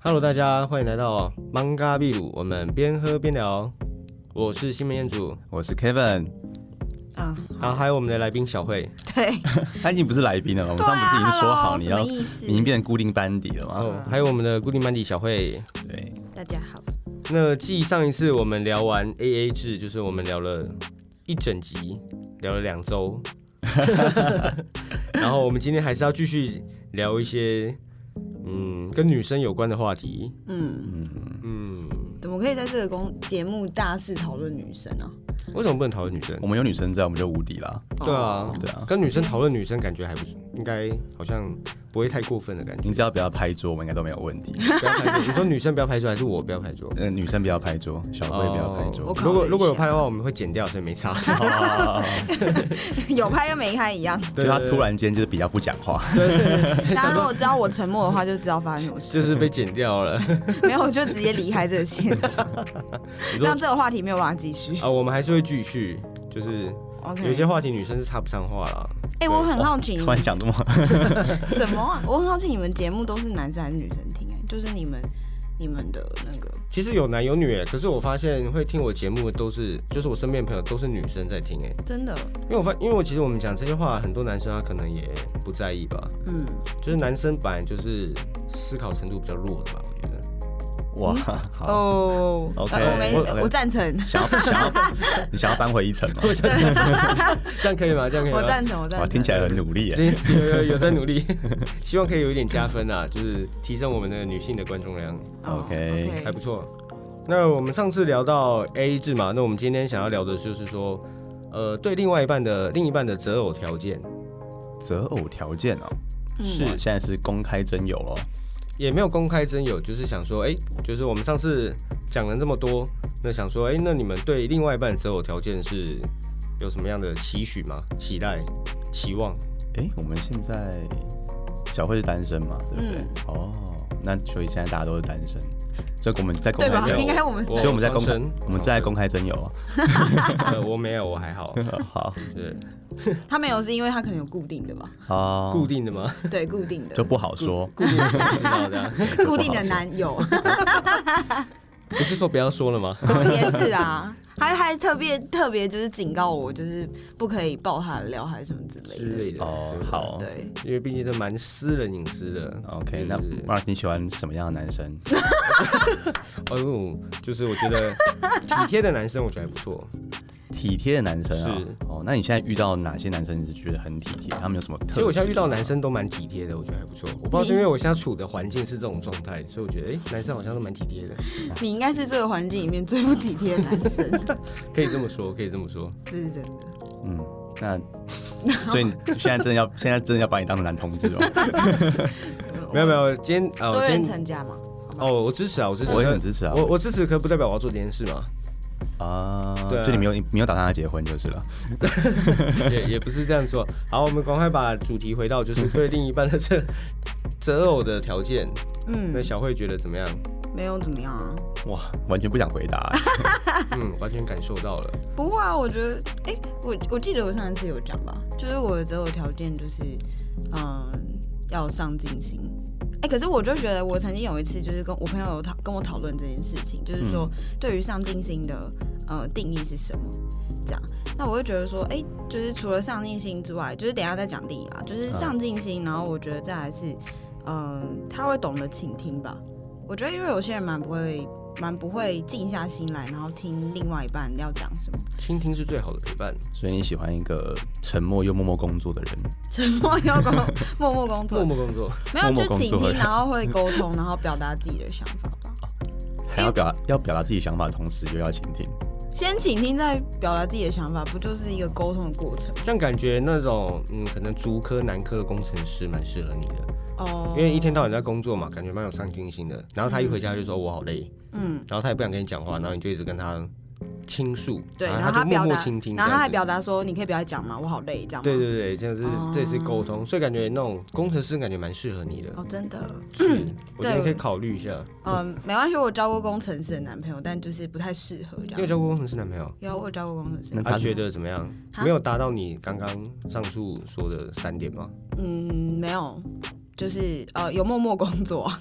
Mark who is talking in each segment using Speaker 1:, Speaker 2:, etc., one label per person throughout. Speaker 1: Hello，大家欢迎来到 Manga 秘鲁，我们边喝边聊。我是新门彦祖，
Speaker 2: 我是 Kevin，
Speaker 3: 嗯，
Speaker 1: 然后还有我们的来宾小慧。
Speaker 3: 对，
Speaker 2: 他已经不是来宾了，我们
Speaker 3: 对
Speaker 2: 上次
Speaker 3: 啊
Speaker 2: 已经说好
Speaker 3: hello，
Speaker 2: 你要，
Speaker 3: 什么
Speaker 2: 你
Speaker 3: 意
Speaker 2: 已经
Speaker 3: 思？
Speaker 2: 变成固定班底了嘛？
Speaker 1: 哦，还有我们的固定班底小慧。
Speaker 2: 对，
Speaker 3: 大家好，
Speaker 1: 那继上一次我们聊完 AA 制，就是我们聊了一整集，聊了两周。 然后我们今天还是要继续聊一些嗯跟女生有关的话题。
Speaker 3: 嗯，
Speaker 1: 嗯，
Speaker 3: 怎么可以在这个公节目大肆讨论女生啊呢、
Speaker 1: 为什么不能讨论女生
Speaker 2: 我？们有女生在，我们就无敌啦。
Speaker 1: 对啊，
Speaker 2: 对啊，
Speaker 1: 跟女生讨论女生感觉还不错，应该好像不会太过分的感觉
Speaker 2: 你。只要不要拍桌，我们应该都没有问 题。
Speaker 1: 不要拍桌，你说女生不要拍桌，还是我不要拍桌？
Speaker 2: 呃，女生不要拍桌，小慧呃不要拍
Speaker 1: 哦
Speaker 2: 桌
Speaker 3: 我。考
Speaker 1: 如
Speaker 3: 虑
Speaker 1: 果
Speaker 3: 一下
Speaker 1: 如果有拍的话，我们会剪掉，所以没差。
Speaker 3: 有拍跟没拍一样。
Speaker 2: 就他突然间就是比较不讲话，
Speaker 3: 大家如果知道我沉默的话，就知道发生什么事。
Speaker 1: 就是被剪掉了。
Speaker 3: 没有，我就直接离开这个现场，
Speaker 1: 你说
Speaker 3: 让这个话题没有办法继续。
Speaker 1: 啊，我们还是会继续，就是有
Speaker 3: OK，
Speaker 1: 一些话题女生是插不上话啦。
Speaker 3: 哎、我很好奇 你
Speaker 2: 突
Speaker 3: 们
Speaker 2: 然讲这么
Speaker 3: 什么、啊？我很好奇你们节目都是男生还是女生听、哎，就是你们你们的那个
Speaker 1: 其实有男有女哎，可是我发现会听我节目的都是，就是我身边的朋友都是女生在听哎，
Speaker 3: 真的，
Speaker 1: 因为我发，因为我其实我们讲这些话，很多男生他可能也不在意吧，
Speaker 3: 嗯，
Speaker 1: 就是男生本来就是思考程度比较弱的吧，我觉得。
Speaker 2: 哇，好，
Speaker 3: 哦
Speaker 2: OK，
Speaker 3: 呃我没
Speaker 2: 我
Speaker 3: 我赞成，
Speaker 2: 想要想要你想要扳回一 城吗？
Speaker 1: 这样可以吗？这样可以吗？
Speaker 3: 我赞成，我赞
Speaker 2: 哇，
Speaker 3: 成，
Speaker 2: 听起来很努力耶。
Speaker 1: 有有有在努力， 希望可以有一点加分啊，就是提升我们的女性的观众量，
Speaker 3: 哦
Speaker 2: OK
Speaker 1: 还不错。那我们上次聊到 A 制嘛，那我们今天想要聊的就是说，呃，对另外一半的另一半的择偶条件
Speaker 2: 择偶条件哦，
Speaker 3: 嗯
Speaker 1: 是
Speaker 2: 哇现在是公开征友喽。
Speaker 1: 也没有公开征友，就是想说，哎、就是我们上次讲了这么多，那想说，哎、那你们对另外一半的择偶条件是有什么样的期许吗？期待、期望？
Speaker 2: 哎，我们现在小慧是单身嘛，对不
Speaker 3: 嗯
Speaker 2: 对？哦，那所以现在大家都是单身，所以我们在公
Speaker 3: 对吧
Speaker 2: 开？征
Speaker 3: 应
Speaker 2: 友
Speaker 3: 该，我们
Speaker 2: 所以我们在公开
Speaker 1: 双生，
Speaker 2: 我们在公开征友啊。
Speaker 1: 呃，我没有，我还好，
Speaker 2: 好
Speaker 1: 对，
Speaker 3: 他没有是因为他可能有固定的吧？
Speaker 2: 啊，
Speaker 1: 固定的吗？
Speaker 3: 对，固定的
Speaker 2: 哦就不好说。
Speaker 1: 固定的不知道的啊，
Speaker 3: 固定的男 友
Speaker 1: 不是说不要说了吗？
Speaker 3: 也是啊，还还特别特别就是警告我，就是不可以爆他的料还是什么 之
Speaker 1: 之
Speaker 3: 类的。
Speaker 1: 类的
Speaker 2: 哦
Speaker 1: 对，不对
Speaker 2: 好嗯
Speaker 3: 对，
Speaker 1: 因为毕竟这蛮私人隐私的。
Speaker 2: ，OK。那
Speaker 1: 对对嗯对
Speaker 2: Mark，你喜欢什么样的男生？
Speaker 1: 哦，就是我觉 得体贴的男生，我觉得还不错。
Speaker 2: 体贴的男生啊
Speaker 1: 是。
Speaker 2: 哦，那你现在遇到哪些男生你是觉得很体贴？他们有什么特质？
Speaker 1: 其实我现在遇到男生都蛮体贴的，我觉得还不错。我不知道是因为我现在处的环境是这种状态，所以我觉得哎、诶男生好像都蛮体贴的，
Speaker 3: 你应该是这个环境里面最不体贴的男生，
Speaker 1: 可以这么说，可以这么说。
Speaker 2: 哦
Speaker 3: 这是真的。
Speaker 2: 嗯，那 所以你现在真的要现在真的要把你当成男 同志哦。
Speaker 1: 没有没有，今天呃，
Speaker 3: 多
Speaker 1: 我今
Speaker 3: 元
Speaker 1: 天
Speaker 3: 成家嘛，
Speaker 1: 哦，我支持啊，我支持，
Speaker 2: 我也很支持啊
Speaker 1: 我我支持，可不代表我要做这件事 嘛，
Speaker 2: 啊
Speaker 1: 对啊，
Speaker 2: 就你没有你没有打算要结婚就是了。
Speaker 1: 也也不是这样说。好，我们赶快把主题回到就是对另一半的择 择偶的条件。
Speaker 3: 嗯
Speaker 1: 那，小慧觉得怎么样？
Speaker 3: 没有怎么样啊，
Speaker 2: 哇，完全不想回 答。
Speaker 1: 嗯，完全感受到了。
Speaker 3: 不会啊，我觉得，哎、我我记得我上一次有讲吧，就是我的择偶条件就是，嗯，要上进心。哎、可是我就觉得，我曾经有一次就是跟我朋友有讨跟我讨论这件事情，就是说对于上进心的呃定义是什么，这样。那我就觉得说，哎、就是除了上进心之外，就是等一下再讲定义啦，就是上进心，然后我觉得再来是，嗯、他会懂得倾听吧。我觉得因为有些人蛮不会。蛮不会静下心来，然后听另外一半要讲什么。
Speaker 1: 倾听是最好的陪伴，
Speaker 2: 所以你喜欢一个沉默又默默工作的人，
Speaker 3: 沉默又 工默默工
Speaker 1: 默
Speaker 3: 作，
Speaker 1: 默工 作，
Speaker 3: 没有
Speaker 2: 默默
Speaker 3: 就
Speaker 2: 工
Speaker 3: 倾
Speaker 2: 作
Speaker 3: 听，然后会沟通，然后表达自己的想 法吧。哎
Speaker 2: 还要表达要表达自己想法的同时又要倾听。
Speaker 3: 先倾听，再表达自己的想法，不就是一个沟通的过程吗？
Speaker 1: 这样感觉那种嗯，可能竹科、南科的工程师蛮适合你的，
Speaker 3: 哦，
Speaker 1: 因为一天到晚在工作嘛，感觉蛮有上进心的。然后他一回家就说我好累，
Speaker 3: 嗯，
Speaker 1: 然后他也不想跟你讲话，然后你就一直跟他倾诉，
Speaker 3: 对，
Speaker 1: 然
Speaker 3: 然
Speaker 1: 后啊
Speaker 3: 后
Speaker 1: 他就默
Speaker 3: 表
Speaker 1: 默
Speaker 3: 达
Speaker 1: 倾，听，
Speaker 3: 然后他还
Speaker 1: 这样
Speaker 3: 表达说：“你可以不要讲嘛，我好累。”这
Speaker 1: 子，
Speaker 3: 样吗
Speaker 1: 对对对，这样
Speaker 3: 哦
Speaker 1: 是这也是沟通，所以感觉那种工程师感觉蛮适合你的，
Speaker 3: 哦，真的，
Speaker 1: 是，我觉得
Speaker 3: 对
Speaker 1: 你可以考虑一下。
Speaker 3: 嗯，没关系，我交过工程师的男朋友，但就是不太适合这
Speaker 1: 你有
Speaker 3: 样。
Speaker 1: 交过工程师男朋友？
Speaker 3: 有，我有交过工程师
Speaker 2: 那，
Speaker 1: 他
Speaker 2: 他
Speaker 1: 觉得怎么样？
Speaker 3: 哈
Speaker 1: 没有达到你刚刚上述说的三点吗？
Speaker 3: 嗯，没有，就是呃有默默工作啊，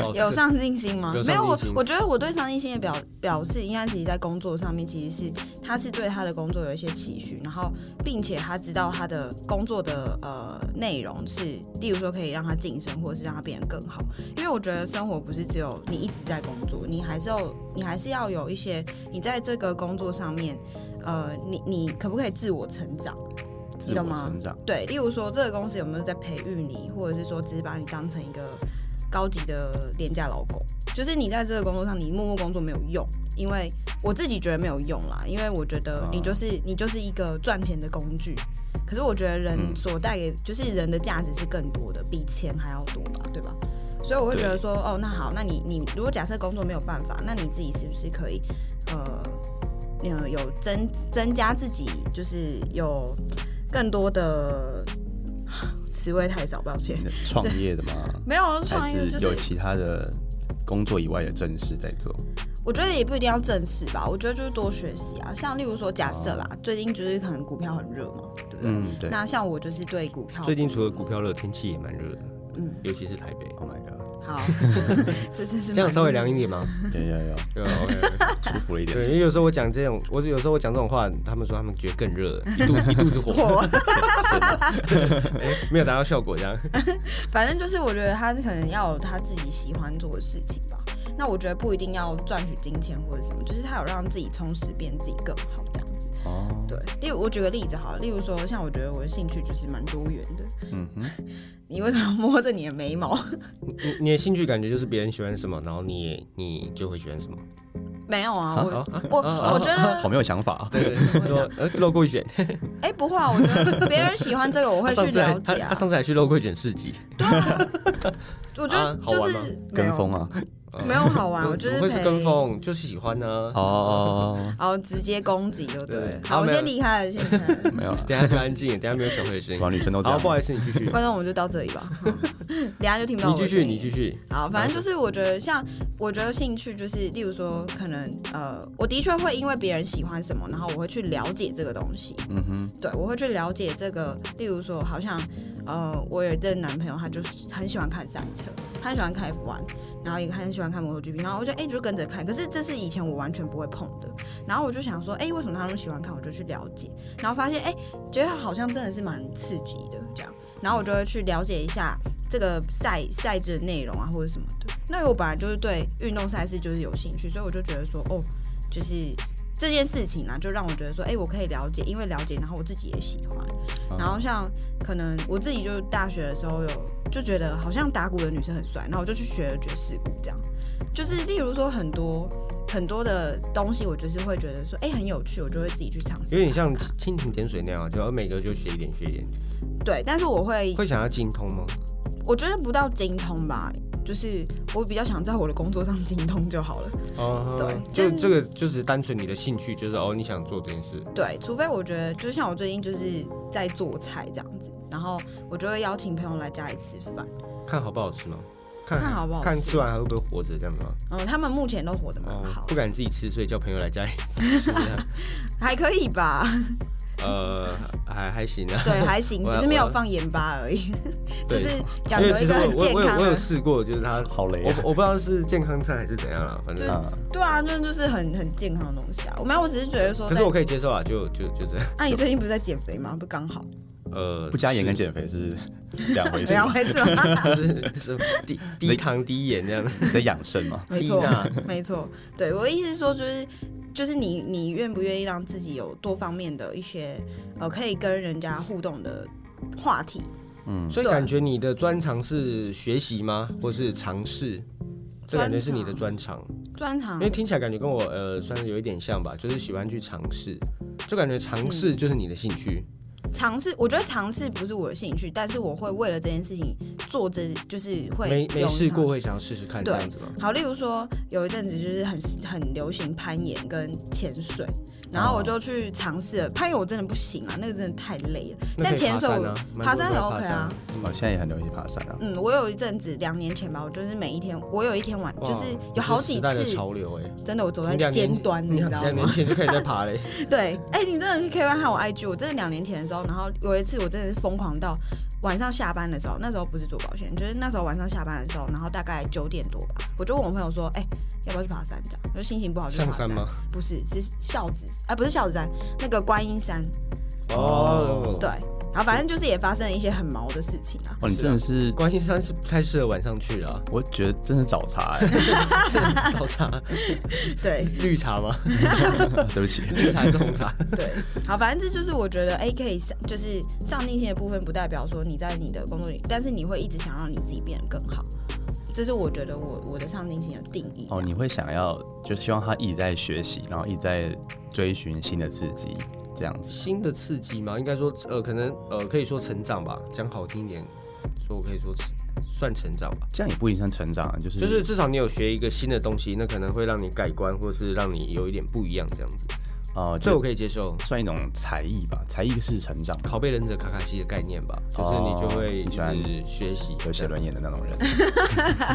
Speaker 1: 哦
Speaker 3: 有
Speaker 1: 这
Speaker 3: 上进心吗
Speaker 1: 有？上
Speaker 3: 没有，我
Speaker 1: 进心
Speaker 3: 我觉得我对上进心的表表示，应该其实在工作上面，其实是他是对他的工作有一些期许，然后并且他知道他的工作的呃内容是，例如说可以让他晋升，或者是让他变得更好。因为我觉得生活不是只有你一直在工作，你还是有你还是要有一些你在这个工作上面，呃，你你可不可以自我成长？
Speaker 2: 自
Speaker 3: 懂
Speaker 2: 我
Speaker 3: 吗
Speaker 2: 成长，
Speaker 3: 对，例如说这个公司有没有在培育你，或者是说只是把你当成一个高级的廉价劳工，就是你在这个工作上你默默工作没有用，因为我自己觉得没有用啦，因为我觉得你就是、你就是一个赚钱的工具。可是我觉得人
Speaker 2: 嗯
Speaker 3: 所带给、就是人的价值是更多的，比钱还要多吧，对吧？所以我会觉得说，哦，那好，那你你如果假设工作没有办法，那你自己是不是可以，呃，呃，有增增加自己就是有更多的词汇太少，抱歉，
Speaker 2: 创业的吗？
Speaker 3: 没有创
Speaker 2: 还
Speaker 3: 业就是
Speaker 2: 有其他的工作以外的正事在做？
Speaker 3: 我觉得也不一定要正式吧，我觉得就是多学习啊。像例如说，假设啦，最近就是可能股票很热嘛，对不对？
Speaker 2: 嗯，对。
Speaker 3: 那像我就是对股票
Speaker 1: 最近除了股票热，天气也蛮热的，
Speaker 3: 嗯
Speaker 1: 尤其是台北。
Speaker 2: Oh my god！
Speaker 3: 好，这真是
Speaker 1: 这样
Speaker 3: 蛮
Speaker 1: 稍微凉一点吗？
Speaker 2: 有有有，
Speaker 1: 对啊，OK。
Speaker 2: 舒服了一点
Speaker 1: 对，。因为有时候我讲这种，我有时候我讲这种话，他们说他们觉得更热， 一肚一肚子火，
Speaker 3: 火。
Speaker 1: 哎没有达到效果这样。
Speaker 3: 反正就是我觉得他可能要有他自己喜欢做的事情吧。那我觉得不一定要赚取金钱或者什么，就是他有让自己充实，变自己更好这样子。
Speaker 2: 哦，
Speaker 3: 对，例如我举个例子好了，例如说像我觉得我的兴趣就是蛮多元的。
Speaker 2: 嗯哼，
Speaker 3: 你为什么摸着你的眉毛？
Speaker 1: 你你的兴趣感觉就是别人喜欢什么，然后你也你就会喜欢什么。
Speaker 3: 没有啊，我
Speaker 1: 啊
Speaker 3: 我
Speaker 1: 啊
Speaker 3: 我觉得
Speaker 2: 好没有想法啊。
Speaker 1: 对对，说呃肉桂卷，
Speaker 3: 哎、不会啊，我觉 得别人喜欢这个我会
Speaker 1: 他上
Speaker 3: 去
Speaker 1: 次还
Speaker 3: 了
Speaker 1: 他
Speaker 3: 解
Speaker 1: 他
Speaker 3: 啊。
Speaker 1: 上次还去肉桂卷市集，
Speaker 3: 我觉得
Speaker 1: 啊好
Speaker 3: 就
Speaker 1: 玩
Speaker 3: 是
Speaker 1: 吗
Speaker 3: 没
Speaker 2: 跟
Speaker 3: 有
Speaker 2: 风啊！
Speaker 3: 没有好玩，
Speaker 1: 怎
Speaker 3: 我
Speaker 1: 么
Speaker 3: 就
Speaker 1: 怎么
Speaker 3: 是
Speaker 1: 会是
Speaker 3: 陪
Speaker 1: 跟，风，就是喜欢啊呢。
Speaker 2: 哦 哦
Speaker 3: 然后直接攻击就对了
Speaker 1: 对。
Speaker 3: 好，
Speaker 1: 啊
Speaker 3: 我
Speaker 1: 没有
Speaker 3: 先离开了，先离开了。
Speaker 2: 哦，没有啊，
Speaker 1: 等一下就安静，等一下没有小黑的声音
Speaker 2: 好，。女生都这
Speaker 1: 好，
Speaker 2: 样。
Speaker 1: 不好意思，你继 续，
Speaker 3: 观众，我们就到这里吧， 等一下就听不到
Speaker 1: 你
Speaker 3: 我的
Speaker 1: 继
Speaker 3: 声
Speaker 1: 续，
Speaker 3: 音。
Speaker 1: 你继续。
Speaker 3: 好，反正就是我觉得像，我觉得兴趣就是，例如说，可能呃，我的确会因为别人喜欢什么，然后我会去了解这个东西。
Speaker 2: 嗯哼，
Speaker 3: 对，我会去了解这个，例如说，好像呃，我有一个男朋友，他就是很喜欢看赛车，他很喜欢看 F1，然后也很喜欢看摩托 GP，然后我就哎、就跟着看，可是这是以前我完全不会碰的，然后我就想说，哎、为什么他那么喜欢看，我就去了解，然后发现哎、觉得好像真的是蛮刺激的这样，然后我就会去了解一下这个赛赛制的内容啊或者什么的。那因为我本来就是对运动赛事就是有兴趣，所以我就觉得说，哦，就是这件事情啊，就让我觉得说，哎、我可以了解，因为了解，然后我自己也喜欢。
Speaker 2: 嗯
Speaker 3: 然后像可能我自己就是大学的时候有就觉得好像打鼓的女生很帅，然后我就去学了爵士鼓，这样。就是例如说很多很多的东西，我就是会觉得说，哎、很有趣，我就会自己去尝试。
Speaker 1: 有点像蜻蜓点水那样，啊就每个就学一点，学一点。
Speaker 3: 对，但是我会
Speaker 1: 会想要精通吗？
Speaker 3: 我觉得不到精通吧，就是我比较想在我的工作上精通就好了。
Speaker 1: 哦
Speaker 3: 对
Speaker 1: 就
Speaker 3: 但
Speaker 1: 这个就是单纯你的兴趣，就是哦你想做这件事。
Speaker 3: 对，除非我觉得，就像我最近就是在做菜这样子，然后我就会邀请朋友来家里吃饭，
Speaker 1: 看好不好吃吗？看
Speaker 3: 看好不好
Speaker 1: 看吃完还会不会活着这样吗？
Speaker 3: 嗯，他们目前都活得蛮
Speaker 1: 哦
Speaker 3: 好，
Speaker 1: 不
Speaker 3: 的，
Speaker 1: 敢自己吃，所以叫朋友来家里 吃这样。
Speaker 3: 还可以吧？
Speaker 1: 呃，还还行啊。
Speaker 3: 对，还行，
Speaker 1: 我
Speaker 3: 只是没有放盐巴而已，就
Speaker 1: 对
Speaker 3: 是讲
Speaker 1: 因
Speaker 3: 究
Speaker 1: 为其
Speaker 3: 一
Speaker 1: 实
Speaker 3: 个
Speaker 1: 我
Speaker 3: 很
Speaker 1: 我
Speaker 3: 健
Speaker 1: 我有
Speaker 3: 康啊
Speaker 1: 我有
Speaker 3: 的。
Speaker 1: 试过，就是它，
Speaker 2: 好累
Speaker 1: 我
Speaker 2: 啊。
Speaker 1: 我不知道是健康菜还是怎样啦，反正
Speaker 3: 就。
Speaker 2: 啊
Speaker 3: 对啊，就是就是很很健康的东西啊。我没有，我只是觉得说
Speaker 1: 可
Speaker 3: 在，
Speaker 1: 是我可以接受啊，就就就这样。
Speaker 3: 那、你最近不是在减肥吗？不刚好，
Speaker 1: 呃，
Speaker 2: 不加盐跟
Speaker 1: 是
Speaker 2: 减肥是两回
Speaker 3: 不
Speaker 2: 事
Speaker 3: 要
Speaker 2: 嘛，
Speaker 3: 回事吗？
Speaker 1: 是是 低低糖低盐这样。
Speaker 2: 你在养生嘛。
Speaker 3: 没错
Speaker 1: 低钠，
Speaker 3: 没错。对我的意思是说，就是就是你你愿不愿意让自己有多方面的一些呃可以跟人家互动的话题？
Speaker 2: 嗯，
Speaker 1: 所以
Speaker 3: 对
Speaker 1: 感觉你的专长是学习吗，或是尝试？这感觉是你的专长，
Speaker 3: 专长
Speaker 1: 因为听起来感觉跟我呃算是有一点像吧，就是喜欢去尝试，就感觉尝试
Speaker 3: 嗯
Speaker 1: 就是你的兴趣。
Speaker 3: 尝试，我觉得尝试不是我的兴趣，但是我会为了这件事情做这，就是会
Speaker 1: 没没
Speaker 3: 有
Speaker 1: 试过
Speaker 3: 尝
Speaker 1: 会想要试试看这样子吗？
Speaker 3: 好，例如说有一阵子就是很很流行攀岩跟潜水，然
Speaker 1: 哦
Speaker 3: 后我就去尝试了。攀岩我真的不行啊，那个真的太累了。
Speaker 1: 那可
Speaker 3: 但
Speaker 1: 以
Speaker 3: 潜
Speaker 1: 爬
Speaker 3: 水
Speaker 1: 山
Speaker 3: 我
Speaker 1: 啊蛮
Speaker 3: 爬
Speaker 1: 多
Speaker 3: 山
Speaker 1: 人
Speaker 3: 很
Speaker 1: 爬
Speaker 3: OK 啊
Speaker 1: 山，
Speaker 2: 哦，现在也很流行爬山啊。
Speaker 3: 嗯，我有一阵子两年前吧，我就是每一天，我有一天晚，
Speaker 1: 哇
Speaker 3: 就是
Speaker 1: 你
Speaker 3: 有好几
Speaker 1: 时代的
Speaker 3: 次，
Speaker 1: 潮流哎、
Speaker 3: 真的我走
Speaker 1: 你
Speaker 3: 在
Speaker 1: 两年
Speaker 3: 尖端，你知
Speaker 1: 两
Speaker 3: 道
Speaker 1: 年
Speaker 3: 吗？
Speaker 1: 前就开始在爬 嘞、
Speaker 3: 对，哎、你真的是可以看我 IG，我真的两年前的时候，然后有一次我真的是疯狂到，晚上下班的时候，那时候不是做保险，就是那时候晚上下班的时候，然后大概九点多吧，我就问我朋友说，哎、要不要去爬山？这样，我就心情不好就去爬
Speaker 1: 象山吗？
Speaker 3: 不是，是孝子，哎、不是孝子山，那个观音山。
Speaker 1: 哦，
Speaker 3: 对，，然后反正就是也发生了一些很毛的事情啊。
Speaker 2: 哦，你真的是，
Speaker 1: 观音山是不太适合晚上去啦，
Speaker 2: 我觉得真的找茬哎、
Speaker 1: 早茶
Speaker 3: 对
Speaker 1: 绿茶吗？
Speaker 2: 对不起，
Speaker 1: 绿茶还是红茶？
Speaker 3: 对，好，反正这就是我觉得 A K 上就是上进心的部分，不代表说你在你的工作里，但是你会一直想让你自己变得更好。这是我觉得我我的上进心的定义。
Speaker 2: 哦，你会想要就希望他一直在学习，然后一直在追寻新的刺激，这样子。
Speaker 1: 新的刺激嘛，应该说呃，可能呃，可以说成长吧，讲好听一点，说可以说算成长吧，
Speaker 2: 这样也不影响成长啊，就是
Speaker 1: 就是至少你有学一个新的东西，那可能会让你改观，或是让你有一点不一样这样子，
Speaker 2: 哦，
Speaker 1: 这我
Speaker 2: 就
Speaker 1: 可以接受。
Speaker 2: 算一种才艺吧，才艺是成长，
Speaker 1: 拷贝忍者卡卡西的概念吧，就是你就会
Speaker 2: 哦你喜欢
Speaker 1: 就是学习，
Speaker 2: 有写轮眼的那种 人，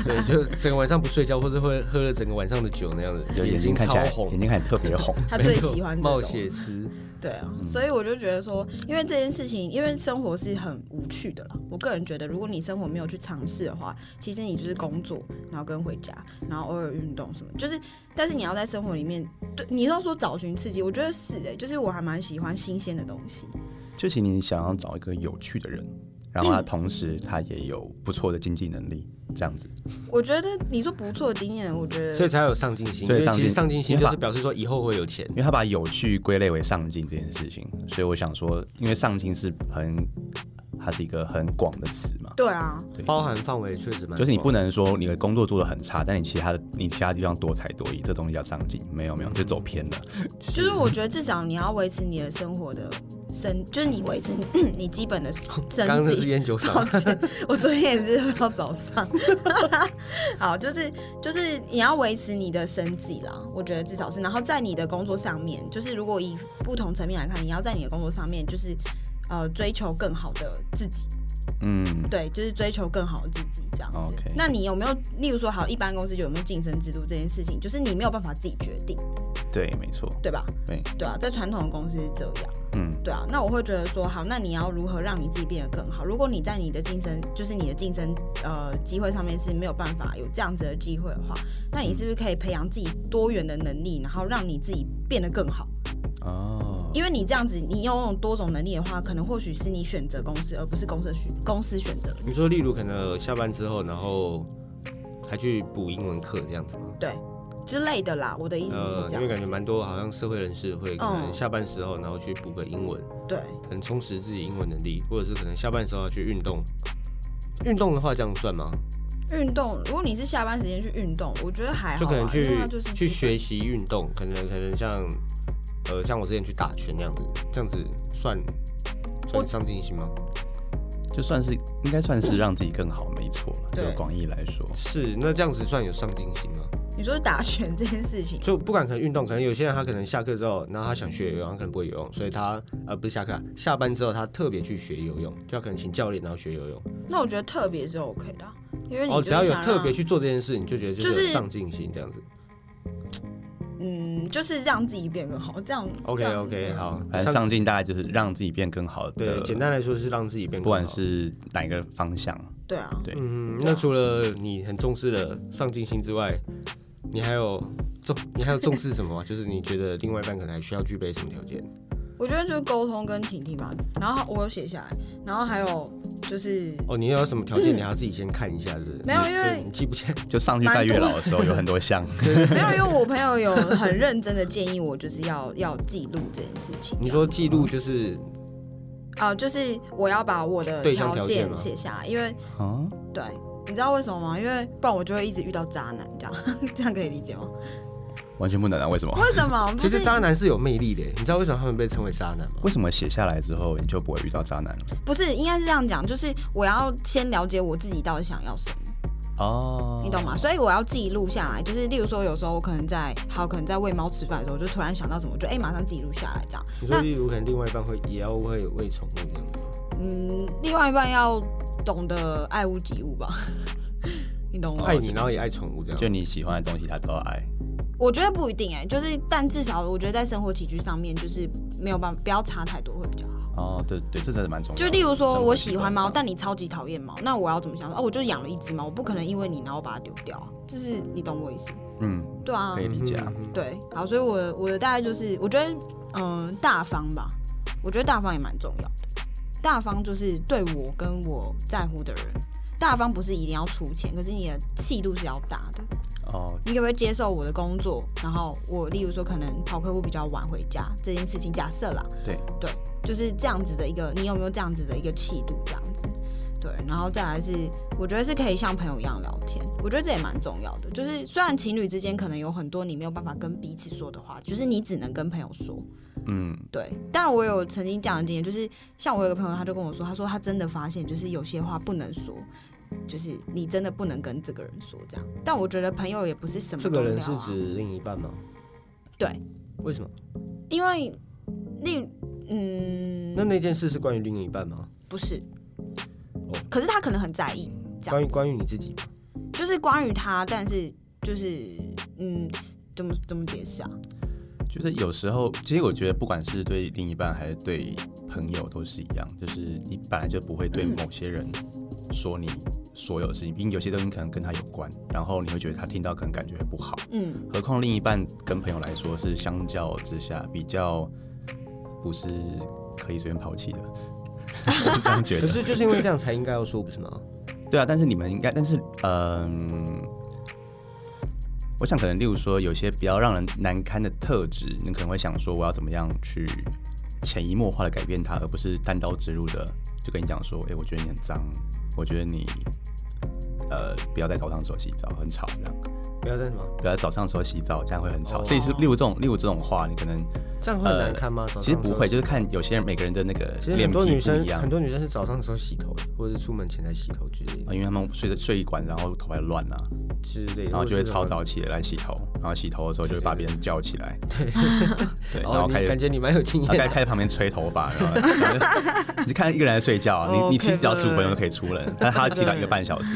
Speaker 1: 对，就整个晚上不睡觉，或是会喝了整个晚上的酒那样
Speaker 2: 就
Speaker 1: 的，
Speaker 2: 眼
Speaker 1: 睛
Speaker 2: 睛看起
Speaker 1: 超
Speaker 2: 来
Speaker 1: 红
Speaker 2: 眼，睛看起来特别红。
Speaker 3: 他
Speaker 1: 没
Speaker 3: 最
Speaker 1: 错
Speaker 3: 喜欢这
Speaker 1: 冒
Speaker 3: 种
Speaker 1: 险嗯丝，
Speaker 3: 对啊，所以我就觉得说，因为这件事情，因为生活是很无趣的啦。我个人觉得，如果你生活没有去尝试的话，其实你就是工作，然后跟回家，然后偶尔运动什么，就是，但是你要在生活里面，对，你要说找寻刺激，我觉得是诶、欸就是我还蛮喜欢新鲜的东西。
Speaker 2: 就其实你想要找一个有趣的人，然
Speaker 1: 嗯
Speaker 2: 后他同时他也有不错的经济能力，这样子。
Speaker 3: 我觉得你说不错的经验，我觉
Speaker 1: 所以
Speaker 3: 得
Speaker 1: 才有上进心。因
Speaker 2: 所以
Speaker 1: 为
Speaker 2: 上
Speaker 1: 其实
Speaker 2: 进
Speaker 1: 上进心
Speaker 2: 你
Speaker 1: 就
Speaker 2: 把
Speaker 1: 是表示说以后会有钱，
Speaker 2: 因为他把有趣归类为上进这件事情，所以我想说，因为上进是很，它是一个很广的词嘛，
Speaker 3: 对啊，
Speaker 2: 对
Speaker 1: 包含范围确实蛮广。
Speaker 2: 就是你不能说你的工作做的很差，但你其他的你其他地方多才多艺，这东西叫上进，没有没有，这走偏了。
Speaker 3: 就是我觉得至少你要维持你的生活的生，就是你维持你 你基 本的生
Speaker 1: 刚刚那
Speaker 3: 计
Speaker 1: 是。烟酒
Speaker 3: 抱
Speaker 1: 嗓，
Speaker 3: 歉，我昨天也是喝到早上。 好，就是就是你要维持你的生计啦，我觉得至少是。然后在你的工作上面，就是如果以不同层面来看，你要在你的工作上面，就是呃追求更好的自己，
Speaker 2: 嗯，
Speaker 3: 对，就是追求更好的自己这样子。
Speaker 2: OK
Speaker 3: 那你有没有，例如说，好，一般公司就有没有晋升制度这件事情，就是你没有办法自己决定，
Speaker 2: 对，没错，
Speaker 3: 对吧？
Speaker 2: 对，
Speaker 3: 对啊，在传统的公司是这样。
Speaker 2: 嗯，
Speaker 3: 对啊，那我会觉得说，好，那你要如何让你自己变得更好？如果你在你的晋升，就是你的晋升呃机会上面是没有办法有这样子的机会的话，那你是不是可以培养自己多元的能力，然后让你自己变得更好？
Speaker 2: 哦，
Speaker 3: 因为你这样子，你拥有多种能力的话，可能或许是你选择公司，而不是公司选公司选择。
Speaker 1: 你说例如可能下班之后，然后还去补英文课这样子吗？
Speaker 3: 对。之类的啦，我的意思是
Speaker 1: 呃，
Speaker 3: 这
Speaker 1: 因
Speaker 3: 样
Speaker 1: 为感
Speaker 3: 子，
Speaker 1: 觉蛮多好像社会人士会可能
Speaker 3: 嗯
Speaker 1: 下班时候，然后去补个英文，
Speaker 3: 对，
Speaker 1: 很充实自己英文能力，或者是可能下班时候要去运动。运动的话，这样算吗？
Speaker 3: 运动，如果你是下班时间去运动，我觉得还好啊，
Speaker 1: 就可能
Speaker 3: 因为
Speaker 1: 去
Speaker 3: 它就是
Speaker 1: 去
Speaker 3: 基本
Speaker 1: 学习运动，可能可能像呃像我之前去打拳那样子，这样子算
Speaker 3: 我
Speaker 1: 算上进心吗？
Speaker 2: 就算是应该算是让自己更好，没错啦，
Speaker 3: 对
Speaker 2: 就广义来说，
Speaker 1: 是，那这样子算有上进心吗？
Speaker 3: 你说打拳这件事情，
Speaker 1: 就不管可能运动，可能有些人他可能下课之后，然后他想学游泳，他可能不会游泳，所以他呃不是下课啊，下班之后他特别去学游泳，就他可能请教练然后学游泳。
Speaker 3: 那我觉得特别是 OK 的啊，因为你
Speaker 1: 哦，
Speaker 3: 就
Speaker 1: 只
Speaker 3: 是
Speaker 1: 要有
Speaker 3: 想
Speaker 1: 特别
Speaker 3: 让，
Speaker 1: 去做这件事，你就觉得就
Speaker 3: 就是是
Speaker 1: 有上进心这样子。
Speaker 3: 嗯，就是让自己变更好，这样
Speaker 1: OK
Speaker 3: 这样嗯
Speaker 1: OK，好，
Speaker 2: 反正上进大概就是让自己变更好的，
Speaker 1: 对，简单来说是让自己变更好。
Speaker 2: 不管是哪一个方向，
Speaker 3: 对啊，
Speaker 2: 对
Speaker 1: 嗯，那除了你很重视的上进心之外，你还有重你还有重视什 么吗？就是你觉得另外一半可能还需要具备什么条件？
Speaker 3: 我觉得就是沟通跟倾听吧，然后我有写下来，然后还有就是
Speaker 1: 哦，你有什么条 件，你还要自己先看一下，是不是？
Speaker 3: 没有
Speaker 1: 你
Speaker 3: 因为
Speaker 1: 你记不清。
Speaker 2: 就上去拜月老的时候有很多 项，
Speaker 3: 没有，因为我朋友有很认真的建议我，就是要要记录这件事情，
Speaker 1: 你说记录就是
Speaker 3: 啊、就是我要把我的
Speaker 1: 对象条件
Speaker 3: 件
Speaker 1: 吗
Speaker 3: 写下来，因为
Speaker 2: 啊，
Speaker 3: 对，你知道为什么吗？因为不然我就会一直遇到渣男，这样 这样可以理解吗？
Speaker 2: 完全不能啊，为什么？
Speaker 3: 为什么？不
Speaker 1: 其
Speaker 3: 是
Speaker 1: 实渣男是有魅力的，你知道为什么他们被称为渣男吗？
Speaker 2: 为什么写下来之后你就不会遇到渣男了？
Speaker 3: 不是，应该是这样讲，就是我要先了解我自己到底想要什么。
Speaker 2: 哦
Speaker 3: 你懂吗？所以我要记录下来，就是例如说，有时候我可能在好，可能在喂猫吃饭的时候，我就突然想到什么，我就哎、马上记录下来这样。
Speaker 1: 你说
Speaker 3: 那
Speaker 1: 例如可能另外一半会也要会喂宠物这样，
Speaker 3: 嗯，另外一半要懂得爱屋及乌吧， 你懂吗？
Speaker 1: 爱你然后也爱宠物这
Speaker 2: 哦就
Speaker 1: 样。
Speaker 2: 你喜欢的东西他都要爱，
Speaker 3: 我觉得不一定哎、就是但至少我觉得在生活起居上面，就是没有办法，不要差太多会比较好。
Speaker 2: 哦，对对，这真的蛮重要
Speaker 3: 就
Speaker 2: 的。
Speaker 3: 例如
Speaker 2: 生
Speaker 3: 说，
Speaker 2: 活
Speaker 3: 我
Speaker 2: 习
Speaker 3: 喜
Speaker 2: 惯
Speaker 3: 欢猫，
Speaker 2: 上
Speaker 3: 但你超级讨厌猫，那我要怎么想说？哦，我就养了一只猫，我不可能因为你然后把它丢掉啊，就是你懂我意思？
Speaker 2: 嗯，
Speaker 3: 对啊
Speaker 2: 可，以理解啊。
Speaker 3: 对，好，所以我的我的大概就是，我觉得嗯、呃大方吧，我觉得大方也蛮重要的。大方就是对我跟我在乎的人，大方不是一定要出钱，可是你的气度是要大的。
Speaker 2: 哦，
Speaker 3: 你可不可以接受我的工作？然后我例如说可能跑客户比较晚回家这件事情，假设啦，
Speaker 2: 对
Speaker 3: 对，就是这样子的一个，你有没有这样子的一个气度这样子？对，然后再来是，我觉得是可以像朋友一样聊天，我觉得这也蛮重要的。就是虽然情侣之间可能有很多你没有办法跟彼此说的话，就是你只能跟朋友说，
Speaker 2: 嗯，
Speaker 3: 对，但我有曾经这样的经验，就是像我有个朋友，他就跟我说，他说他真的发现，就是有些话不能说，就是你真的不能跟这个人说这样。但我觉得朋友也不是什么
Speaker 1: 这
Speaker 3: 都
Speaker 1: 个人
Speaker 3: 聊
Speaker 1: 是
Speaker 3: 啊
Speaker 1: 指另一半吗？
Speaker 3: 对。嗯
Speaker 1: 为什么？
Speaker 3: 因为那嗯，
Speaker 1: 那那件事是关于另一半吗？
Speaker 3: 不是
Speaker 1: 哦，
Speaker 3: 可是他可能很在意，这
Speaker 1: 关于
Speaker 3: 样子
Speaker 1: 关于你自己吗？
Speaker 3: 就是关于他，但是就是嗯，怎么怎么解释啊？
Speaker 2: 就是有时候，其实我觉得不管是对另一半还是对朋友都是一样，就是你本来就不会对某些人说你所有的事情，毕竟有些东西可能跟他有关，然后你会觉得他听到可能感觉会不好。
Speaker 3: 嗯，
Speaker 2: 何况另一半跟朋友来说是相较之下比较不是可以随便抛弃的， 我是这样觉
Speaker 1: 可
Speaker 2: 得。
Speaker 1: 是就是因为这样才应该要说，不是吗？
Speaker 2: 对啊，但是你们应该，但是嗯、我想可能例如说有些比较让人难堪的特质，你可能会想说我要怎么样去潜移默化的改变它，而不是单刀直入的就跟你讲说，哎、我觉得你很脏，我觉得你呃不要在早上的时候洗澡，很吵这样，
Speaker 1: 不要再什么，
Speaker 2: 不要在早上的时候洗澡，这样会很吵。
Speaker 1: 哦
Speaker 2: 类似例如这种例如这种话，你可能
Speaker 1: 这样会很难看吗？早上。
Speaker 2: 呃其实不会，就是是看有些人每个人的那个
Speaker 1: 其实很
Speaker 2: 脸皮
Speaker 1: 多
Speaker 2: 不
Speaker 1: 女生
Speaker 2: 一，样
Speaker 1: 很，多女生是早上的时候洗头，或者是出门前才洗头之类的
Speaker 2: 啊因为他们睡着睡一晚，然后头发就乱啊了、
Speaker 1: 之类的，
Speaker 2: 然后就
Speaker 1: 或
Speaker 2: 会
Speaker 1: 者是
Speaker 2: 超
Speaker 1: 什么
Speaker 2: 早起来洗头，然后洗头的时候就会把别人叫起来， 对，然
Speaker 1: 哦，
Speaker 2: 后
Speaker 1: 你
Speaker 2: 开始，
Speaker 1: 感觉你蛮有经
Speaker 2: 然后
Speaker 1: 验
Speaker 2: 开
Speaker 1: 的。
Speaker 2: 始开始旁边吹头发，然后然后就你 就看一个人在睡觉啊，
Speaker 3: 哦
Speaker 2: 你你其实只要
Speaker 3: 可
Speaker 2: 十
Speaker 3: 乐
Speaker 2: 五分钟就可以出门，但他提早一个 半小时，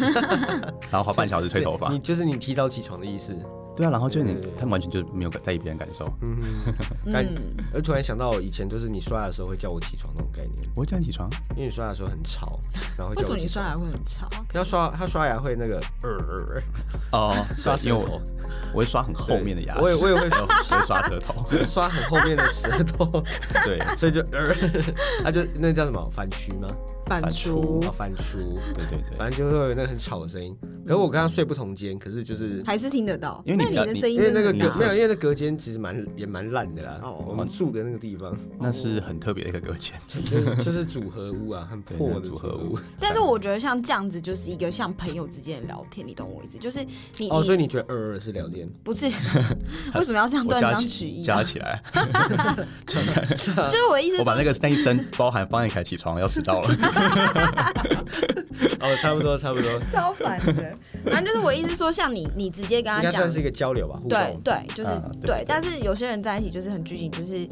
Speaker 2: 然后花半小时吹头发
Speaker 1: 你，就是你提早起床的意思。
Speaker 2: 对啊，然后就你
Speaker 1: 对对嗯对
Speaker 2: 他们完全就没有在意别人感受，
Speaker 1: 感，
Speaker 3: 嗯
Speaker 1: 而突然想到以前就是你刷牙的时候会叫我起床那种概念，
Speaker 2: 我会叫你起床，
Speaker 1: 因为你刷牙的时候很吵，然后会
Speaker 3: 为
Speaker 1: 叫
Speaker 3: 什
Speaker 1: 我
Speaker 3: 么你
Speaker 1: 起
Speaker 3: 刷
Speaker 1: 床。
Speaker 3: 牙会很吵？
Speaker 1: 要刷他刷牙会那个呃呃，呃
Speaker 2: 哦，
Speaker 1: 刷
Speaker 2: 对
Speaker 1: 舌
Speaker 2: 因为我
Speaker 1: 头，
Speaker 2: 我会刷很后面的牙齿，
Speaker 1: 我也我也会
Speaker 2: 然后我会刷 舌头，
Speaker 1: 刷很后面的舌头，
Speaker 2: 对，
Speaker 1: 所以就呃，他就那叫什么反刍吗？
Speaker 3: 反
Speaker 2: 刍
Speaker 1: 啊
Speaker 3: 刍
Speaker 1: 反刍，
Speaker 2: 对对对。
Speaker 1: 反正就会有那个很吵的声音。可是我跟他睡不同间，可是就是
Speaker 3: 还是听得到，
Speaker 2: 因为
Speaker 3: 那
Speaker 2: 你
Speaker 3: 你
Speaker 2: 比
Speaker 3: 的
Speaker 2: 较
Speaker 3: 声音
Speaker 1: 因为
Speaker 3: 真
Speaker 1: 那
Speaker 3: 的
Speaker 1: 个
Speaker 3: 很
Speaker 1: 隔
Speaker 3: 大
Speaker 1: 没有，因为那隔间其实蛮也蛮烂的啦。
Speaker 3: 哦
Speaker 1: 我们住的那个地方
Speaker 2: 那是很特别的一个隔间，
Speaker 1: 就是就是组合屋啊，很
Speaker 2: 对
Speaker 1: 破
Speaker 2: 那
Speaker 1: 的
Speaker 2: 个组合屋。
Speaker 3: 但是我觉得像这样子就是一个像朋友之间的聊天，你懂我意思？就是你
Speaker 1: 哦，所以你觉得呃呃是聊天？
Speaker 3: 不是 为什么要这样
Speaker 2: 我
Speaker 3: 断
Speaker 2: 加
Speaker 3: 章取
Speaker 2: 起
Speaker 3: 义、
Speaker 2: 加
Speaker 3: 啊？
Speaker 2: 起来，
Speaker 3: 就是我的意思是
Speaker 2: 我把那
Speaker 3: 说，
Speaker 2: 个那一声包含方彦凯起床要迟到了。
Speaker 1: 哦，差不多差不多，应
Speaker 3: 超烦的。反正就是我的意思是说，像你，你直接跟他
Speaker 1: 该
Speaker 3: 讲
Speaker 1: 算是，一个交流吧，互
Speaker 3: 对
Speaker 1: 动。
Speaker 3: 对，就是、
Speaker 2: 啊对
Speaker 3: 对
Speaker 2: 对
Speaker 3: 但是有些人在一起就是很拘谨，就是